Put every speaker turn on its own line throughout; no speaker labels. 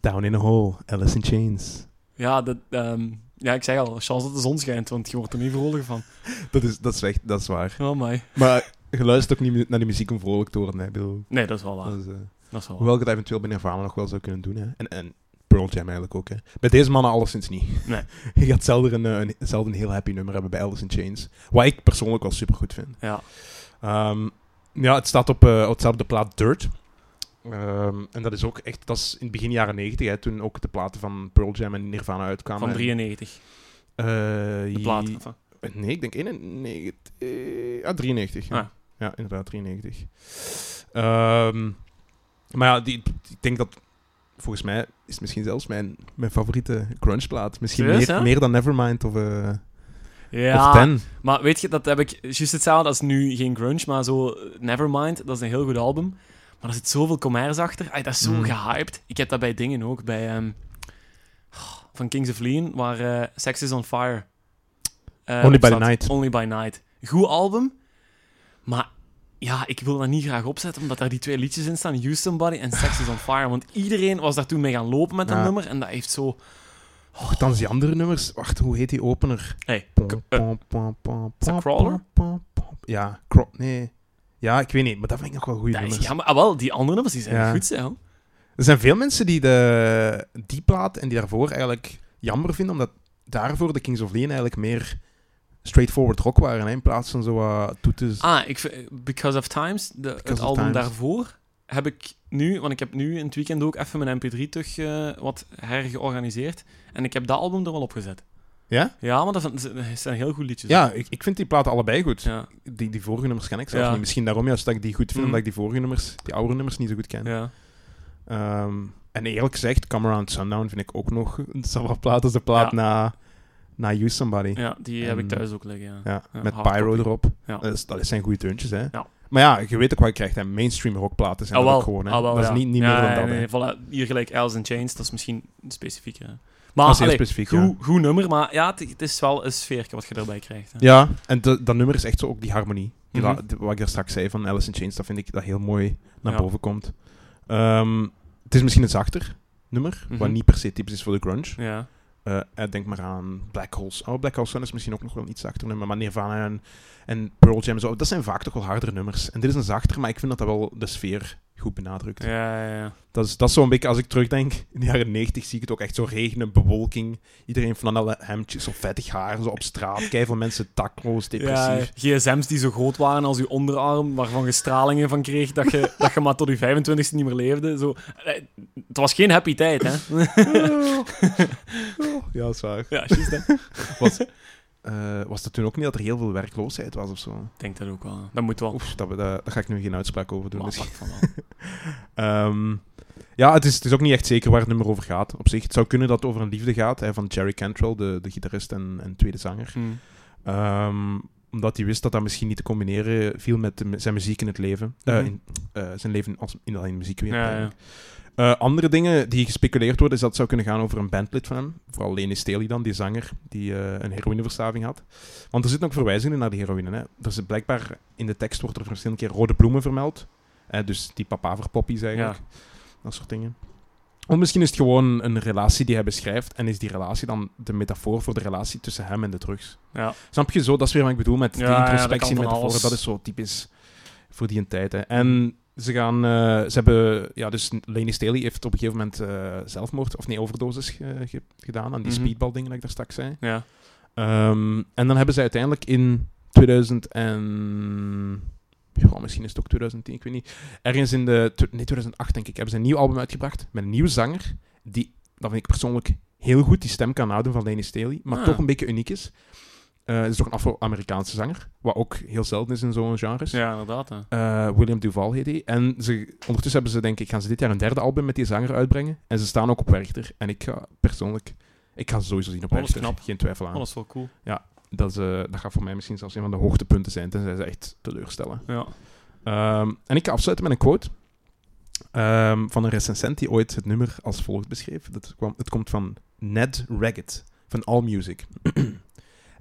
Down in a Hole, Alice in Chains.
Ja, dat, ehm, ja, ik zeg al, chance dat de zon schijnt, want je wordt er niet vrolijker van.
Dat is, dat is echt, dat is waar.
Oh my.
Maar je luistert ook niet mu- naar die muziek om vrolijk te worden, hè. Ik bedoel,
Nee, dat is wel waar.
dat is, eh,
Dat is wel waar.
hoewel ik het eventueel bij Nirvana nog wel zou kunnen doen, hè. En, en Pearl Jam eigenlijk ook, hè. Bij deze mannen alleszins niet.
Nee.
Je gaat zelden een, eh, een, zelden een heel happy nummer hebben bij Alice in Chains. Wat ik persoonlijk wel super goed vind.
Ja.
Ehm, ja, het staat, op, eh, het staat op de plaat Dirt. Ehm, en dat is ook echt, dat is in het begin jaren 90, hè, toen ook de platen van Pearl Jam en Nirvana uitkwamen.
Van 93,
Eh,
de plaat. Enfin,
Nee, ik denk 91. eh, ah, 93. Ja,
Ah.
ja inderdaad, 93. Ehm, maar ja, die, ik denk dat... Volgens mij is het misschien zelfs mijn, mijn favoriete grungeplaat. Misschien
Serieus,
meer,
hè?
meer dan Nevermind of, eh of
Ja,
Ten.
maar weet je, dat heb ik juist hetzelfde als nu, geen grunge, maar zo eh, Nevermind, dat is een heel goed album. Maar er zit zoveel commerce achter. Ay, dat is zo
Mm.
gehyped. Ik heb dat bij dingen ook, bij ehm, oh, van Kings of Leon, waar eh, Sex is on Fire. eh,
Only
op
by
staat.
the Night.
Only by Night. Goed album, maar ja, ik wil dat niet graag opzetten, omdat daar die twee liedjes in staan, Houston Body en Sex is on Fire. Want iedereen was daar toen mee gaan lopen met dat
Ja.
nummer en dat heeft zo...
Dan die andere nummers. Wacht, hoe heet die opener?
Hey,
Pom,
eh,
pom, pom, pom,
is
pom,
dat Crawler?
pom, pom. Ja, Craw- Nee. Ja, ik weet niet, maar dat vind ik nog wel goede
dat is-
nummers.
ja, maar ah, wel, die andere nummers die zijn
Ja.
goed, zeg. hoor.
Er zijn veel mensen die de, die plaat en die daarvoor eigenlijk jammer vinden, omdat daarvoor de Kings of Leon eigenlijk meer straightforward rock waren, hè, in plaats van zo wat toetes.
Ah, ik, vind- Because of Times, de, het
of
album
Times.
daarvoor, heb ik nu, want ik heb nu in het weekend ook even mijn MP3 terug eh, wat hergeorganiseerd. En ik heb dat album er wel op gezet.
Ja?
Ja, want dat zijn- dat zijn heel goed liedjes.
Ja, ik, ik vind die platen allebei goed.
Ja,
Die, die vorige nummers ken ik zelf
Ja.
niet. Misschien daarom juist dat ik die goed vind,
Mm.
omdat ik die vorige nummers, die oude nummers niet zo goed ken.
ja.
Ehm, en eerlijk gezegd, Come Around Sundown vind ik ook nog een zelfde plaat als de plaat
Ja.
na, na You Somebody.
ja die heb ik
En-
thuis ook liggen, ja.
Ja,
Ja,
met
hardcopy.
Pyro erop.
Ja.
Dat, is- dat zijn goede deuntjes, hè.
Ja.
Maar ja, je weet ook wat je krijgt, hè. Mainstream rockplaten zijn
Ah,
dat
wel.
ook gewoon, hè.
Ah, wel,
dat is
ja.
niet, niet
Ja,
meer dan
ja,
dat, hè.
nee, voilà. Hier gelijk Alice in Chains, dat is misschien specifieker. hè. Maar,
dat is heel
allee,
specifiek, ja.
goed, goed nummer, maar ja, het, het is wel een sfeerke wat je erbij krijgt. hè.
Ja, en de- dat nummer is echt zo ook die harmonie. Die la-
Mhm.
de- wat ik daar straks zei van Alice in Chains, dat vind ik dat heel mooi naar
Ja.
boven komt. Ehm, het is misschien een zachter nummer, wat
Mhm.
niet per se typisch is voor de grunge.
Ja.
Eh, eh, denk maar aan Black Holes. Oh, Black Holes Sun is misschien ook nog wel een iets zachter nummer, maar Nirvana en, en Pearl Jam, en zo, dat zijn vaak toch wel hardere nummers. En dit is een zachter, maar ik vind dat dat wel de sfeer goed benadrukt.
Ja, ja, ja.
Dat is, dat is zo'n beetje, als ik terugdenk, in de jaren 90 zie ik het ook echt zo regenen, bewolking. Iedereen van alle hemdjes, zo vettig haar, zo op straat. Keiveel mensen dakloos, depressief.
Ja, gsm's die zo groot waren als je onderarm, waarvan je stralingen van kreeg, dat je, dat je maar tot je 25ste niet meer leefde. Zo. Eh, Het was geen happy tijd, hè?
Ja, ja dat is waar.
Ja, juist, hè.
Eh, was dat toen ook niet dat er heel veel werkloosheid was of zo?
Ik denk dat ook wel. Dat moet wel.
Oef, dat, we- dat- daar ga ik nu geen uitspraak over doen.
Maar
misschien.
pak van wel.
Ehm, ja, het is, het is ook niet echt zeker waar het nummer over gaat. Op zich, het zou kunnen dat het over een liefde gaat hè, van Jerry Cantrell, de, de gitarist en, en tweede zanger.
Hm.
Ehm, omdat hij wist dat dat misschien niet te combineren viel met de mu- zijn muziek in het leven. Eh,
Mhm.
in, eh, zijn leven als, in, in de muziek weer.
Ja, ja.
Eh, andere dingen die gespeculeerd worden, is dat het zou kunnen gaan over een bandlid van hem. Vooral Lene Staley dan, die zanger, die eh, een heroïneverslaving had. Want er zitten ook verwijzingen naar die heroïne. Hè. Er zit blijkbaar in de tekst wordt er verschillende keer rode bloemen vermeld. Eh, dus die papaverpoppies eigenlijk. Dat soort dingen. Of misschien is het gewoon een relatie die hij beschrijft. En is die relatie dan de metafoor voor de relatie tussen hem en de drugs.
Ja.
Snap je zo? Dat is weer wat ik bedoel met die
Ja, ja, dat
introspectie
kan van
met de
alles. Mm.
dat is zo typisch voor die tijd. Hè. En ze gaan, eh, ze hebben, ja, dus Leni Staley heeft op een gegeven moment eh, zelfmoord, of nee, overdosis ge- ge- gedaan aan die
Mhm.
speedball-dingen dat ik daar straks zei.
Ja.
Ehm, en dan hebben ze uiteindelijk in 2000 en... Goh, misschien is het ook 2010, ik weet niet. Ergens in de... tw- Nee, 2008 denk ik, hebben ze een nieuw album uitgebracht met een nieuwe zanger. Die, dat vind ik persoonlijk heel goed, die stem kan nadoen van Lenny Staley. Maar
Ah.
toch een beetje uniek is. Eh, Het is toch een Afro-Amerikaanse zanger. Wat ook heel zelden is in zo'n genre.
ja, inderdaad. Hè.
Eh, William Duval heet hij. En ze, ondertussen hebben ze, denk ik, gaan ze dit jaar een derde album met die zanger uitbrengen. En ze staan ook op Werchter. En ik ga persoonlijk... Ik ga ze sowieso zien op
Alles
Werchter.
knap.
Geen twijfel aan.
Alles Oh, wel cool.
Dat, is, eh, dat gaat voor mij misschien zelfs een van de hoogtepunten zijn, tenzij ze echt teleurstellen.
Ja.
Ehm, en ik ga afsluiten met een quote ehm, van een recensent die ooit het nummer als volgt beschreef. Dat kwam, het komt van Ned Raggett van Allmusic.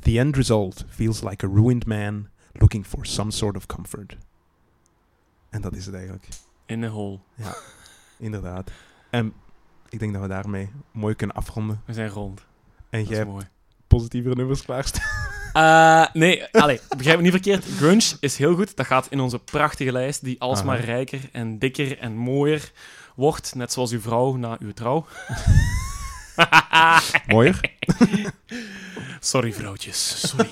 The end result feels like a ruined man looking for some sort of comfort. En dat is het eigenlijk,
In the hole.
inderdaad. En Ik denk dat we daarmee mooi kunnen afronden.
We zijn rond.
En
Dat is
jij hebt
mooi.
positievere nummers klaarstaan.
Eh, nee, allee, begrijp me niet verkeerd. Grunge is heel goed. Dat gaat in onze prachtige lijst, die alsmaar
Aha.
rijker en dikker en mooier wordt. Net zoals uw vrouw na uw trouw.
Mooier.
Sorry, vrouwtjes. Sorry.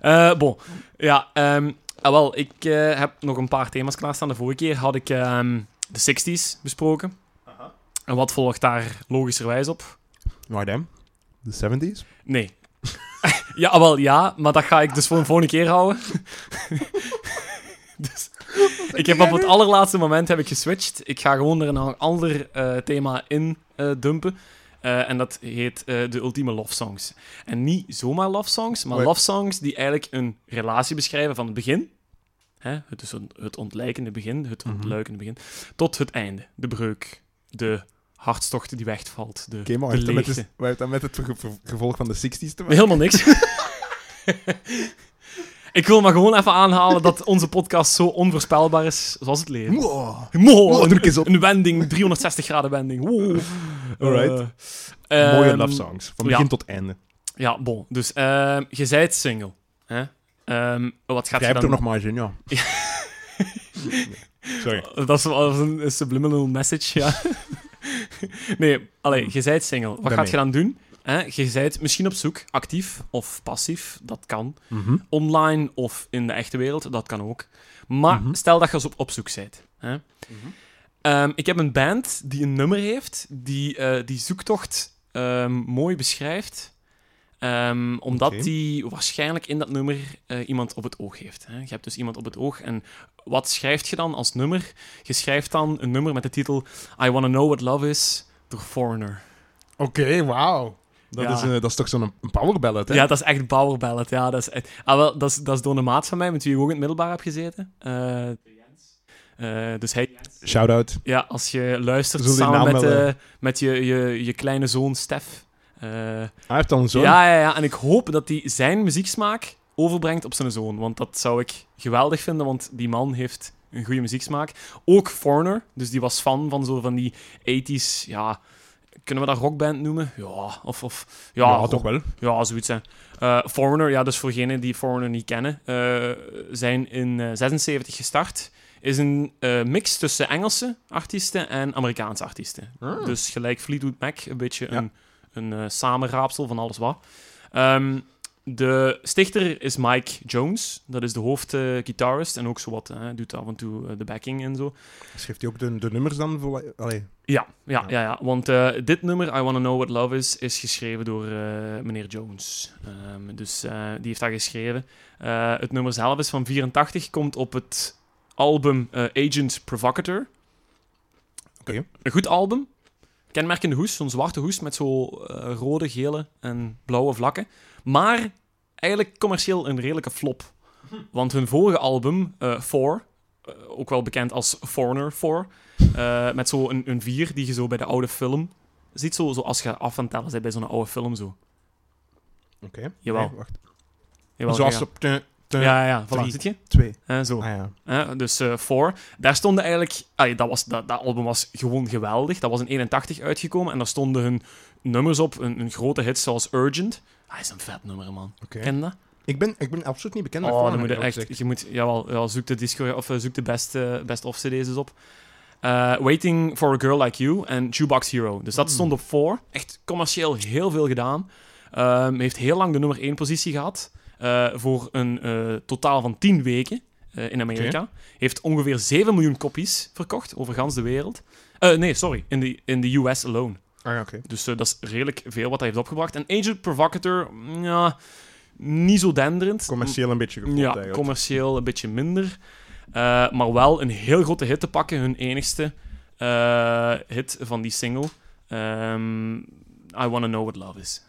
Eh, bon. Ja, ehm, ah, wel, ik eh, heb nog een paar thema's klaarstaan. De vorige keer had ik ehm, de 60s besproken. En wat volgt daar logischerwijs op?
Maar damn. De 70s.
Nee. ja, wel ja, maar dat ga ik dus voor een volgende keer houden. dus, ik heb op het allerlaatste moment heb ik geswitcht. Ik ga gewoon er een ander eh, thema in eh, dumpen. Eh, en dat heet eh, de ultieme love songs. En niet zomaar love songs, maar
Wait.
love songs die eigenlijk een relatie beschrijven van het begin. Hè? Het, dus het- het ontlijkende begin, het
Mhm.
ontluikende begin. Tot het einde. De breuk. De hartstocht die wegvalt. De,
Oké, maar
de
heeft dat met de-
leegte.
maar heeft dat met het ge- ge- gevolg van de 60s te maken?
Helemaal niks. ik wil maar gewoon even aanhalen dat onze podcast zo onvoorspelbaar is zoals het leven.
Wow.
Mo,
Wow, Oh, druk eens
een,
op.
een wending, 360 graden wending. Wow.
Alright.
Eh,
Mooie
ehm,
love songs. Van
ja.
begin tot einde.
Ja, bon. Dus ehm, je zijt single. Hè? Ehm, wat gaat
Jij
je
hebt
dan...
er nog marge in, ja. Sorry.
Eh, Dat is wel een, een subliminal message, ja. nee, allee, je zijt single. Wat
Ben
gaat
mee.
je dan doen? Hè? Je zijt misschien op zoek, actief of passief, dat kan.
Mhm.
online of in de echte wereld, dat kan ook. Maar
Mhm.
stel dat je eens op, op zoek bent. Hè? Ehm, ik heb een band die een nummer heeft die eh, die zoektocht ehm, mooi beschrijft. Ehm, omdat
Oké.
die waarschijnlijk in dat nummer eh, iemand op het oog heeft. Hè? Je hebt dus iemand op het oog. En wat schrijf je dan als nummer? Je schrijft dan een nummer met de titel I Wanna Know What Love Is door Foreigner.
Oké, wauw. Dat,
Ja.
is, eh, dat is toch zo'n power ballad, hè?
Ja, dat is echt Bauer Ballet. Ja, dat is echt... Ah, wel, dat is, dat is door een maat van mij, met wie ik ook in het middelbaar heb gezeten. Eh, eh, dus hij...
Shout-out.
Ja, als je luistert
Zullen we die
samen
naam
met,
wel, eh,
eh, met je, je, je kleine zoon Stef. Eh,
Hij heeft al een zoon.
ja, ja, ja. En ik hoop dat hij zijn muzieksmaak overbrengt op zijn zoon. Want dat zou ik geweldig vinden, want die man heeft een goede muzieksmaak. Ook Foreigner, dus die was fan van zo van die 80s, ja... Kunnen we dat rockband noemen? Ja, of... of ja,
Ja,
rock-
toch wel.
ja, zoiets. Hè. Eh, Foreigner, ja, dus voor degenen die Foreigner niet kennen, eh, zijn in eh, 76 gestart. Is een eh, mix tussen Engelse artiesten en Amerikaanse artiesten.
Ah.
Dus gelijk Fleetwood Mac, een beetje
Ja.
een, een eh, samenraapsel van alles wat. Ehm, de stichter is Mike Jones. Dat is de hoofdgitarist en ook zowat. Hè, doet af en toe eh, de backing en zo.
Schrijft hij ook de, de nummers dan? Voor, allee.
Ja, ja,
Ja.
ja, ja. Want eh, dit nummer, I Wanna Know What Love Is, is geschreven door eh, meneer Jones. Ehm, dus eh, die heeft dat geschreven. Eh, het nummer zelf is van 84, komt op het album eh, Agent Provocateur.
Oké.
Een goed album. Kenmerkende hoes, zo'n zwarte hoes met zo eh, rode, gele en blauwe vlakken. Maar eigenlijk commercieel een redelijke flop. Want hun vorige album, eh Four, eh, ook wel bekend als Foreigner Four, eh, met zo'n een, een vier die je zo bij de oude film ziet, zo, zo als je af aan het tellen bent bij zo'n oude film zo.
Oké.
Jawel.
Nee, wacht.
Jawel,
Zoals
ja.
op de, de
Ja, ja, ja, voilà,
drie.
zit je?
twee.
Eh, zo.
Ah ja.
Hè, dus eh Four. Daar stonden eigenlijk... allee, dat, was, dat, dat album was gewoon geweldig. Dat was in 81 uitgekomen en daar stonden hun nummers op. Een, een grote hit zoals Urgent. Ah, Dat is een vet nummer, man.
Oké.
Ken je dat?
Ik, ben, ik ben absoluut niet bekend met
Oh, dan
Foreigner,
moet je
eerlijk gezegd.
echt... Je moet, jawel, ja, zoek de, disco, of, eh, zoek de best, eh, best of cd's eens op. Eh, Waiting for a Girl Like You en Jukebox Hero. Dus dat
Hmm.
stond op voor. Echt commercieel heel veel gedaan. Ehm, heeft heel lang de nummer 1 positie gehad. eh, voor een eh, totaal van 10 weken eh, in Amerika. Heeft ongeveer 7 miljoen kopies verkocht over gans de wereld. Eh, nee, sorry. In de in the US alone.
Ah ja, oké.
Dus eh, dat is redelijk veel wat hij heeft opgebracht. En Agent Provocateur, mm, ja, niet zo denderend.
Commercieel een beetje geflopt
Ja,
eigenlijk.
commercieel een beetje minder. Eh, maar wel een heel grote hit te pakken. Hun enigste eh, hit van die single. Ehm, I Wanna Know What Love Is.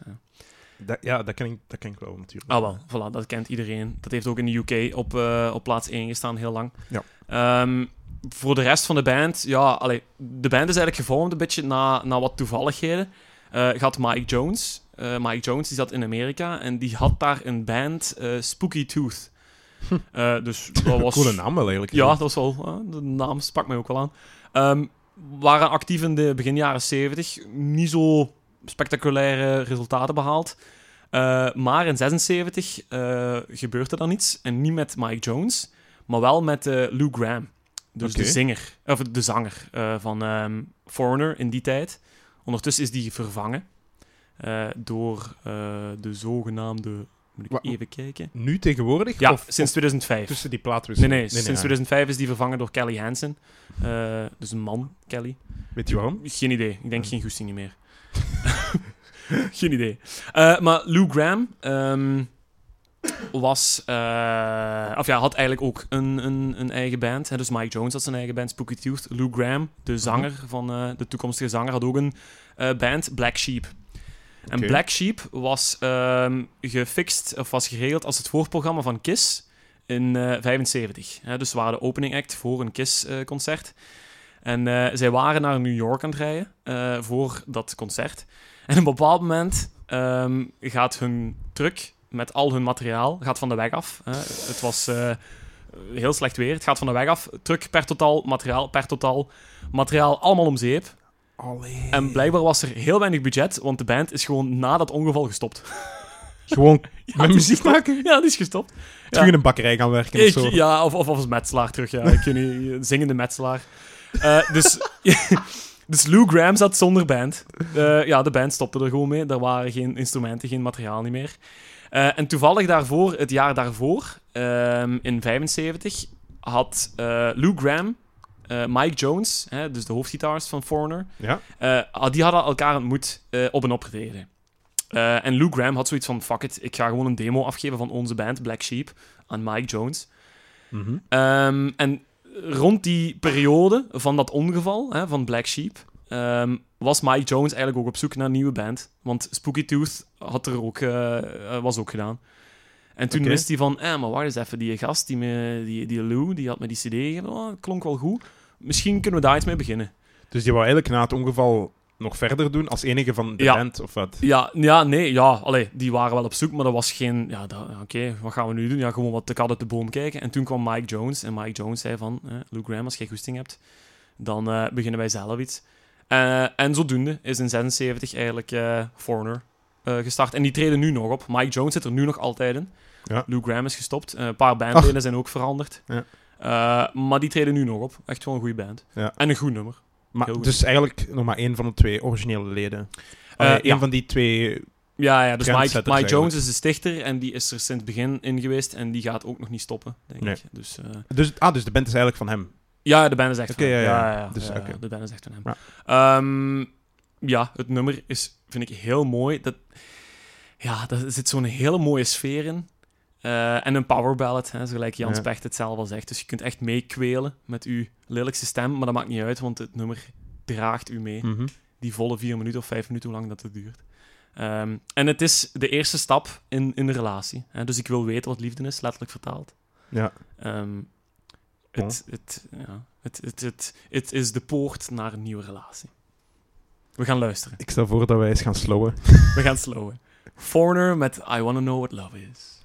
Dat- ja, dat kan, ik, dat kan ik wel natuurlijk.
Ah wel, voilà, dat kent iedereen. Dat heeft ook in de UK op, eh, op plaats 1 gestaan, heel lang.
Ja.
Ehm, voor de rest van de band, ja, allee, de band is eigenlijk gevormd een beetje na, na wat toevalligheden. Eh gaat Mike Jones, eh, Mike Jones die zat in Amerika en die had daar een band, eh, Spooky Tooth. Eh, dus dat was...
Coole naam wel eigenlijk.
Ja, dat was wel. eh, de naam sprak mij ook wel aan. Ehm, waren actief in de begin jaren 70. Niet zo spectaculaire resultaten behaald. Eh, maar in 76 eh, gebeurde dan iets. En niet met Mike Jones, maar wel met eh, Lou Graham. Dus
Oké.
de zinger, of de zanger eh, van ehm, Foreigner in die tijd. Ondertussen is die vervangen eh, door eh, de zogenaamde. Moet ik
Wa-
even kijken.
Nu tegenwoordig?
Ja,
of,
sinds
of Dus
2005.
tussen die platen.
Dus Nee, ah. nee, sinds 2005 is die vervangen door Kelly Hansen. Eh, dus een man, Kelly.
Weet je waarom?
Geen idee. Ik denk geen goesting niet meer. geen idee. Eh, maar Lou Graham ehm, was... eh, of ja, had eigenlijk ook een, een, een eigen band. Hè. Dus Mike Jones had zijn eigen band, Spooky Tooth. Lou Graham, de zanger van... eh, de toekomstige zanger, had ook een eh, band, Black Sheep. En
Oké.
Black Sheep was ehm, gefixt, of was geregeld als het voorprogramma van KISS in eh 75. Hè, dus ze waren de opening act voor een KISS-concert. en eh, zij waren naar New York aan het rijden eh, voor dat concert. En op een bepaald moment ehm, gaat hun truck met al hun materiaal gaat van de weg af. hè. Het was eh, heel slecht weer. Het gaat van de weg af. Truck per totaal, materiaal per totaal. Materiaal allemaal om zeep.
Allee.
En blijkbaar was er heel weinig budget, want de band is gewoon na dat ongeval gestopt.
Gewoon met
die is
muziek
gestopt.
maken?
Ja, die is gestopt.
Terug in een bakkerij gaan werken of
Ik,
zo.
ja, of, of als metselaar terug. Ja. Ik weet niet, zingende metselaar. Eh, dus, dus Lou Graham zat zonder band. Eh, ja, de band stopte er gewoon mee. Er waren geen instrumenten, geen materiaal niet meer. Eh, en toevallig daarvoor, het jaar daarvoor, ehm, in 75, had eh, Lou Graham, eh, Mike Jones, hè, dus de hoofdgitarist van Foreigner,
Ja?
eh, ah, die hadden elkaar ontmoet eh, op een optreden. Eh, en Lou Graham had zoiets van: fuck it, ik ga gewoon een demo afgeven van onze band, Black Sheep, aan Mike Jones.
Mhm.
Ehm, en rond die periode van dat ongeval, hè, van Black Sheep, ehm, was Mike Jones eigenlijk ook op zoek naar een nieuwe band. Want Spooky Tooth had er ook, eh, eh, was ook gedaan. En toen
Oké.
wist hij van, eh, maar wacht eens even, die gast, die, me, die, die Lou, die had me die cd gegeven, oh, klonk wel goed. Misschien kunnen we daar iets mee beginnen.
Dus die wou eigenlijk na het ongeval nog verder doen als enige van de
Ja.
band of wat?
Ja, ja nee, ja, allee, die waren wel op zoek, maar dat was geen... Ja, dat- oké, wat gaan we nu doen? Ja, gewoon wat de kat uit de boom kijken. En toen kwam Mike Jones en Mike Jones zei van... eh, Lou Graham, als jij goesting hebt, dan eh, beginnen wij zelf iets. Eh, en zodoende is in 76 eigenlijk eh, Foreigner eh, gestart. En die treden nu nog op. Mike Jones zit er nu nog altijd in.
Ja.
Lou Graham is gestopt. Eh, een paar bandleden zijn ook veranderd.
Ja.
Eh, maar die treden nu nog op. Echt wel een goede band.
Ja.
En een goed nummer.
Maar
Heel goed.
dus eigenlijk nog maar één van de twee originele leden. Allee, één
Eh, ja.
van die twee.
Ja, ja dus Mike,
Trendsetters
Mike Jones
eigenlijk.
is de stichter en die is er sinds het begin in geweest en die gaat ook nog niet stoppen, denk
Nee.
ik. Dus, eh,
Dus, ah, dus de band is eigenlijk van hem.
ja, de band is echt
Oké,
van hem.
ja, ja.
Ja, ja, ja,
Dus,
ja,
oké.
de band is echt van hem. Ja, ja het nummer is, vind ik heel mooi. Dat, ja, daar zit zo'n hele mooie sfeer in. Eh, en een power ballad, hè, zo gelijk Jans
Ja.
Pecht het zelf al zegt. Dus je kunt echt meekwelen met uw lelijkste stem, maar dat maakt niet uit, want het nummer draagt u mee
Mhm.
die volle vier minuten of vijf minuten, hoe lang dat het duurt. Ehm, en het is de eerste stap in, in een relatie. Hè? Dus ik wil weten wat liefde is, letterlijk vertaald.
Ja.
Ehm, het, het, ja het, het, het, het is de poort naar een nieuwe relatie. We gaan luisteren.
Ik stel voor dat wij eens gaan slowen.
We gaan slowen. Foreigner met I Wanna Know What Love Is.